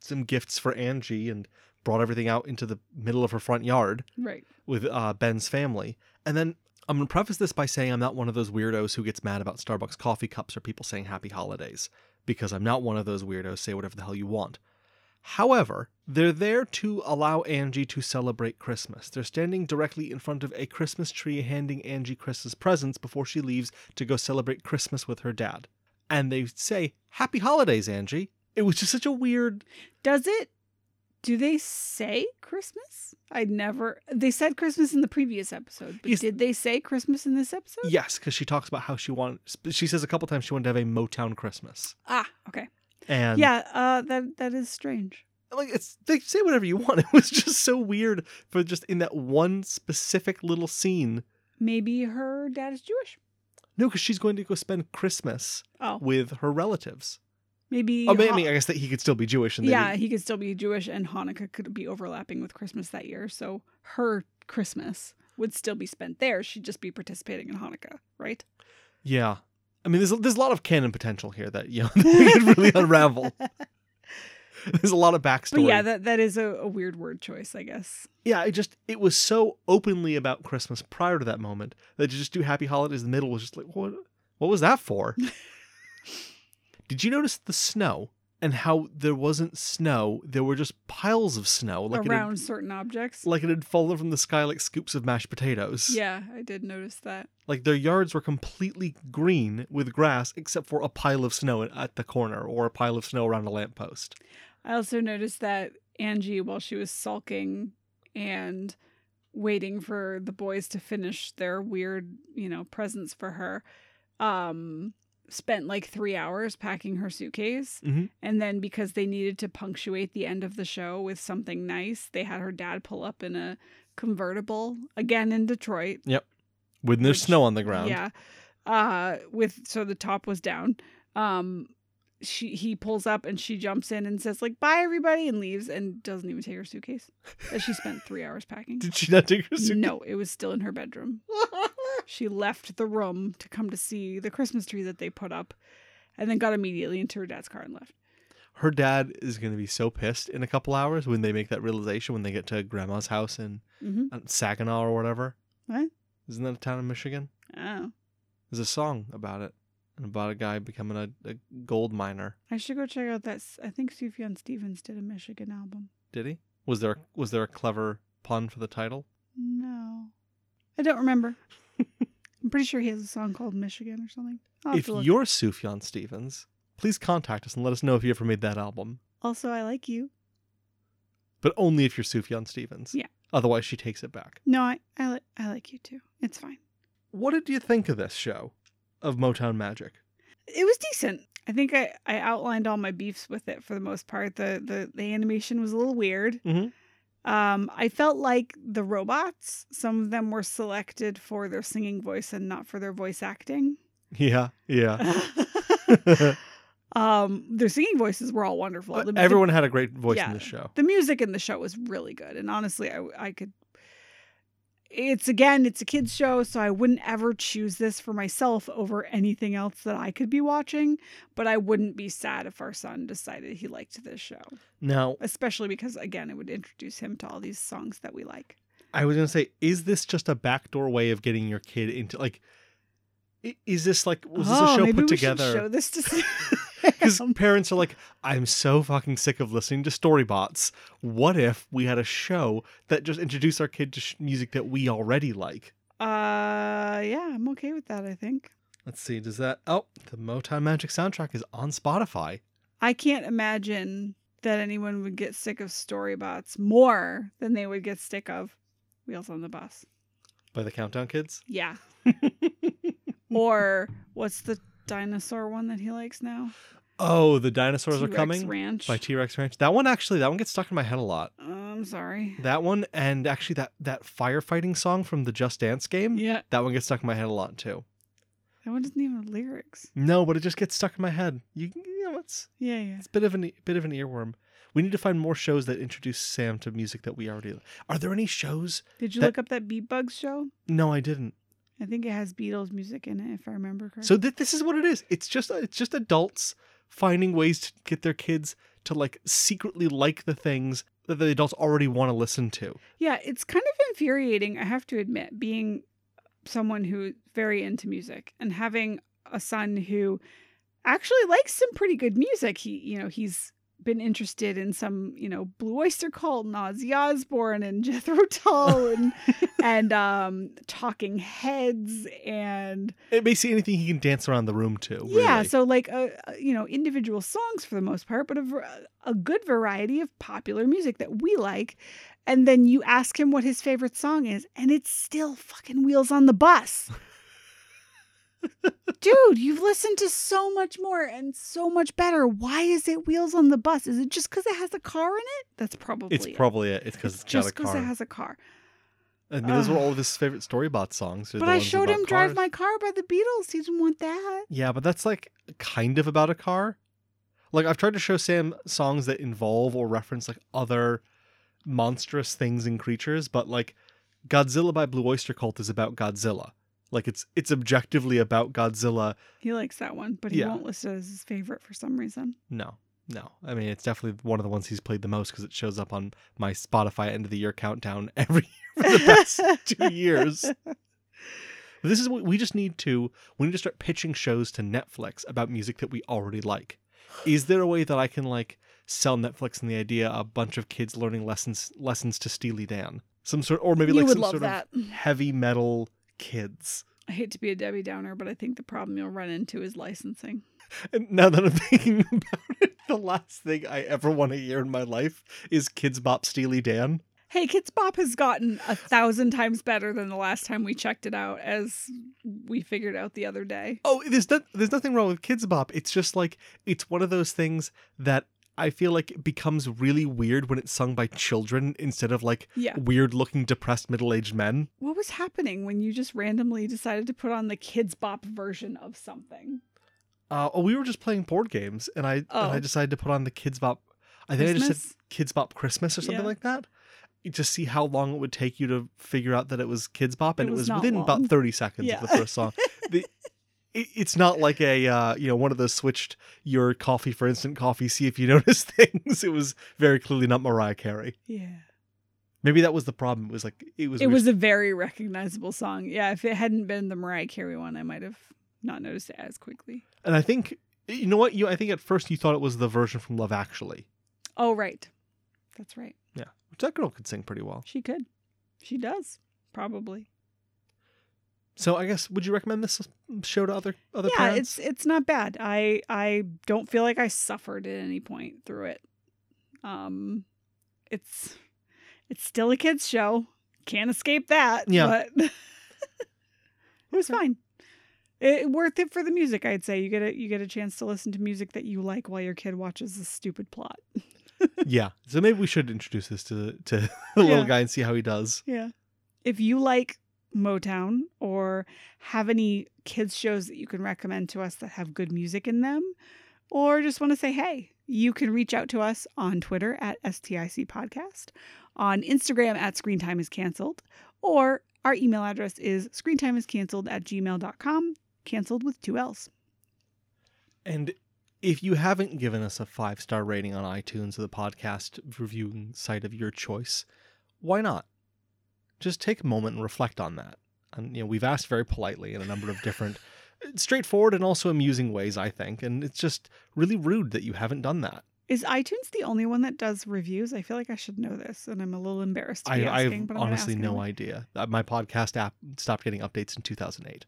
S11: some gifts for Angie and brought everything out into the middle of her front yard.
S10: right.
S11: with uh, Ben's family. And then I'm going to preface this by saying I'm not one of those weirdos who gets mad about Starbucks coffee cups or people saying happy holidays, because I'm not one of those weirdos, say whatever the hell you want. However, they're there to allow Angie to celebrate Christmas. They're standing directly in front of a Christmas tree handing Angie Chris's presents before she leaves to go celebrate Christmas with her dad. And they say, Happy holidays, Angie. It was just such a weird.
S10: Does it? Do they say Christmas? I never. They said Christmas in the previous episode, but
S11: Yes.
S10: did they say Christmas in this episode?
S11: Yes, because she talks about how she wants. She says a couple times she wanted to have a Motown Christmas.
S10: Ah, okay.
S11: and
S10: yeah, uh, that that is strange.
S11: like it's they say whatever you want [LAUGHS] it was just so weird for just in that one specific little scene
S10: Maybe her dad is Jewish.
S11: no because she's going to go spend christmas
S10: Oh,
S11: with her relatives
S10: maybe.
S11: oh I mean, I
S10: Ha-
S11: mean, I guess that he could still be jewish and they
S10: yeah,
S11: would-
S10: he could still be Jewish, and Hanukkah could be overlapping with Christmas that year, so her Christmas would still be spent there. She'd just be participating in Hanukkah, right?
S11: yeah i mean there's, a- there's a lot of canon potential here
S10: [LAUGHS]
S11: that you know [LAUGHS] we could really unravel there's a lot of backstory
S10: But yeah, that that is a, a weird word choice, I guess.
S11: yeah it just it was so openly about christmas prior to that moment that to just do happy holidays in the middle was just like what what was that
S10: [LAUGHS]
S11: for did you notice the snow and how there wasn't snow there were just piles of snow like it
S10: Around
S11: had,
S10: certain objects.
S11: like it had fallen from the sky like scoops of mashed potatoes
S10: yeah, I did notice that.
S11: like their yards were completely green with grass except for a pile of snow at the corner or a pile of snow around a lamppost
S10: I also noticed that Angie, while she was sulking and waiting for the boys to finish their weird, you know, presents for her, um, spent like three hours packing her suitcase.
S11: Mhm.
S10: And then because they needed to punctuate the end of the show with something nice, they had her dad pull up in a convertible again in Detroit.
S11: when there's
S10: Which-
S11: snow on the ground
S10: Yeah. Uh with so the top was down. Um she he pulls up and she jumps in and says like bye everybody and leaves and doesn't even take her suitcase that she spent 3 hours packing.
S11: [LAUGHS] [LAUGHS] did she not take her suit
S10: No, it was still in her bedroom. she left the room to come to see the Christmas tree that they put up and then got immediately into her dad's car and left.
S11: her dad is going to be so pissed in a couple hours when they make that realization when they get to grandma's house in
S10: Mhm.
S11: uh, Saginaw or whatever.
S10: What?
S11: Isn't that a town in Michigan?
S10: Oh,
S11: There's a song about it and about a guy becoming a, a gold miner.
S10: I should go check out that s- I think Sufjan Stevens did a Michigan album.
S11: Did he? Was there was there a clever pun for the title?
S10: No. I don't
S11: [LAUGHS]
S10: remember. I'm pretty sure he has a song called Michigan or something. I'll have
S11: If
S10: to look.
S11: you're Sufjan Stevens, please contact us and let us know if you ever made that album.
S10: Also, I like you.
S11: But only if you're Sufjan Stevens.
S10: Yeah.
S11: Otherwise, she takes it back.
S10: No, I I, li- I like you too. It's fine.
S11: What did you think of this show, of Motown Magic?
S10: It was decent. I think I, I outlined all my beefs with it for the most part. The the, the animation was a little weird.
S11: Mhm.
S10: Um, I felt like the robots, some of them were selected for their singing voice and not for their voice acting. [LAUGHS]
S11: Yeah, yeah.
S10: um, their singing voices were all wonderful. The- the-
S11: Everyone had a great voice
S10: Yeah.
S11: in this show.
S10: the music in the show was really good and honestly i, I could it's again it's a kids show so i wouldn't ever choose this for myself over anything else that i could be watching but i wouldn't be sad if our son decided he liked this show
S11: Now,
S10: especially because again it would introduce him to all these songs that we like
S11: I was going to say, is this just a backdoor way of getting your kid into like? i- Is this like was this
S10: Oh,
S11: a show
S10: maybe
S11: put
S10: we should show
S11: together?
S10: this to [LAUGHS]
S11: [LAUGHS] Because parents are like, I'm so fucking sick of listening to storybots. What if we had a show that just introduced our kid to sh- music that we already like?
S10: uh yeah i'm okay with that i think
S11: Let's see. Does that? Oh, the Motown Magic soundtrack is on Spotify.
S10: I can't imagine that anyone would get sick of storybots more than they would get sick of Wheels on the Bus.
S11: by the Countdown Kids. [LAUGHS]
S10: Yeah. or what's the dinosaur one that he likes now?
S11: Oh, the dinosaurs are
S10: T-Rex
S11: coming
S10: Ranch. Oh,
S11: by T Rex Ranch. That one actually, that one gets stuck in my head a lot.
S10: I'm sorry.
S11: That one and actually that that firefighting song from the Just Dance game.
S10: Yeah.
S11: That one gets stuck in my head a lot too.
S10: That one doesn't even have lyrics.
S11: No, but it just gets stuck in my head. You, you know, it's
S10: Yeah, yeah.
S11: it's a bit of an e, bit of an earworm. We need to find more shows that introduce Sam to music that we already. Are there any shows?
S10: Did you
S11: That-
S10: look up that Beat Bugs show?
S11: No, I didn't.
S10: I think it has Beatles music in it, if I remember correctly.
S11: So th- this is what it is. It's just it's just adults finding ways to get their kids to like secretly like the things that the adults already want to listen to.
S10: yeah, it's kind of infuriating, I have to admit, being someone who is very into music and having a son who actually likes some pretty good music. He, you know, he's been interested in some, you know, Blue Oyster Cult and Ozzy Osbourne and [LAUGHS] Jethro Tull and and um, Talking Heads and
S11: It may see anything he can dance around the room to.
S10: Yeah,
S11: really.
S10: so like uh, uh, you know individual songs for the most part, but a, var- a good variety of popular music that we like. And then you ask him what his favorite song is, and it's still fucking Wheels on the Bus. Dude, you've listened to so much more and so much better. Why is it Wheels on the Bus? Is it just because it has a car in it? That's probably
S11: it's probably it. It's because it's got a
S10: just because
S11: car.
S10: it has a car.
S11: I mean, those were
S10: Ugh.
S11: all of his favorite Storybot songs. are
S10: But
S11: the
S10: I
S11: ones
S10: showed
S11: about
S10: him Drive
S11: cars.
S10: My Car by the Beatles. He didn't want that.
S11: Yeah, but that's like kind of about a car. Like I've tried to show Sam songs that involve or reference like other monstrous things and creatures, but like Godzilla by Blue Oyster Cult is about Godzilla. Like it's it's objectively about Godzilla.
S10: He likes that one, but he
S11: Yeah.
S10: won't list it as his favorite for some reason.
S11: No. No. I mean, it's definitely one of the ones he's played the most cuz it shows up on my Spotify end of the year countdown [LAUGHS] every year
S10: [LAUGHS]
S11: for the past 2 years. This is what we just need to we need to start pitching shows to Netflix about music that we already like. Is there a way that I can like sell Netflix and the idea a bunch of kids learning lessons lessons to Steely Dan? Some sort or maybe
S10: You
S11: like
S10: would
S11: some
S10: love
S11: sort
S10: that.
S11: of heavy metal kids.
S10: I hate to be a Debbie Downer, but I think the problem you'll run into is licensing.
S11: And now that I'm [LAUGHS] thinking about it, the last thing I ever want to hear in my life is Kids Bop Steely Dan.
S10: Hey, Kids Bop has gotten a thousand times better than the last time we checked it out, as we figured out the other day.
S11: Oh, there's no, there's nothing wrong with Kids Bop. It's just like it's one of those things that I feel like it becomes really weird when it's sung by children instead of like
S10: Yeah.
S11: weird looking depressed middle-aged men.
S10: What was happening when you just randomly decided to put on the Kids Bop version of something?
S11: Uh, oh, we were just playing board games and I and I
S10: Oh.
S11: decided to put on the Kids Bop I think I just said
S10: Christmas?
S11: Kids Bop Christmas or something
S10: Yeah.
S11: like that. To see how long it would take you to figure out that it was Kids Bop, and
S10: It
S11: it
S10: was
S11: was,
S10: not
S11: within about
S10: long.
S11: thirty seconds
S10: Yeah.
S11: of the first song. the, it, it's not like a uh, you know one of those switched your coffee for instant coffee. See if you [LAUGHS] notice things. It was very clearly not Mariah Carey.
S10: Yeah.
S11: Maybe that was the problem. It was like it was.
S10: It
S11: we were
S10: was a very recognizable song. Yeah, if it hadn't been the Mariah Carey one, I might have not noticed it as quickly.
S11: And I think you know what you. I think at first you thought it was the version from Love Actually.
S10: Oh, right. That's right.
S11: Yeah, which that girl could sing pretty well.
S10: She could. She does, probably.
S11: So I guess would you recommend this um, show to other other
S10: yeah,
S11: parents?
S10: it's it's not bad. I I don't feel like I suffered at any point through it. Um, it's it's still a kids show. Can't escape that.
S11: Yeah.
S10: but [LAUGHS] it was fine. It, worth it for the music, I'd say. You get a you get a chance to listen to music that you like while your kid watches this stupid plot.
S11: yeah. So maybe we should introduce this to to [LAUGHS] the little
S10: Yeah.
S11: guy and see how he does.
S10: Yeah. If you like Motown or have any kids shows that you can recommend to us that have good music in them, or just want to say hey, you can reach out to us on Twitter at STIC Podcast, on Instagram at Screen Time is Cancelled, or our email address is screentimeiscancelled at gmail.com, cancelled with two L's.
S11: And if you haven't given us a five star rating on iTunes or the podcast reviewing site of your choice, why not? Just take a moment and reflect on that. And you know, we've asked very politely in a number of [LAUGHS] different uh, straightforward and also amusing ways, I think. And it's just really rude that you haven't done that.
S10: Is iTunes the only one that does reviews? I feel like I should know this, and I'm a little embarrassed to
S11: I,
S10: be
S11: I
S10: asking,
S11: have
S10: but I'm gonna
S11: honestly
S10: ask
S11: no
S10: anyway.
S11: idea. Uh, My podcast app stopped getting updates in 2008.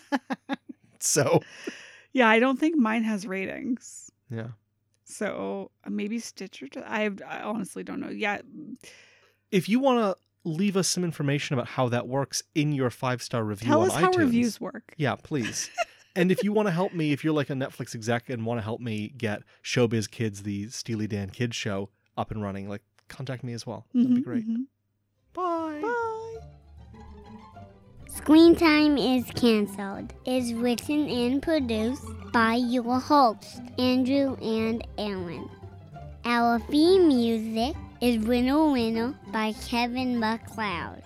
S11: [LAUGHS] So,
S10: Yeah, I don't think mine has ratings.
S11: yeah.
S10: So uh, maybe Stitcher. do- I, I honestly don't know. Yeah,
S11: If you want to leave us some information about how that works in your five star review
S10: Tell
S11: on
S10: us how
S11: iTunes.
S10: reviews work.
S11: Yeah,
S10: [LAUGHS]
S11: please. and if you want to help me, if you're like a Netflix exec and want to help me get Showbiz Kids, the Steely Dan Kids show, up and running, like contact me as well. That'd be
S10: Mhm,
S11: great.
S10: mhm.
S11: Bye. Bye.
S2: Screen Time is Cancelled is written and produced by your hosts, Andrew and Alan. Our theme music is Winner Winner by Kevin McLeod.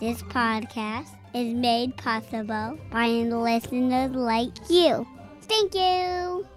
S2: This podcast is made possible by listeners like you. Thank you!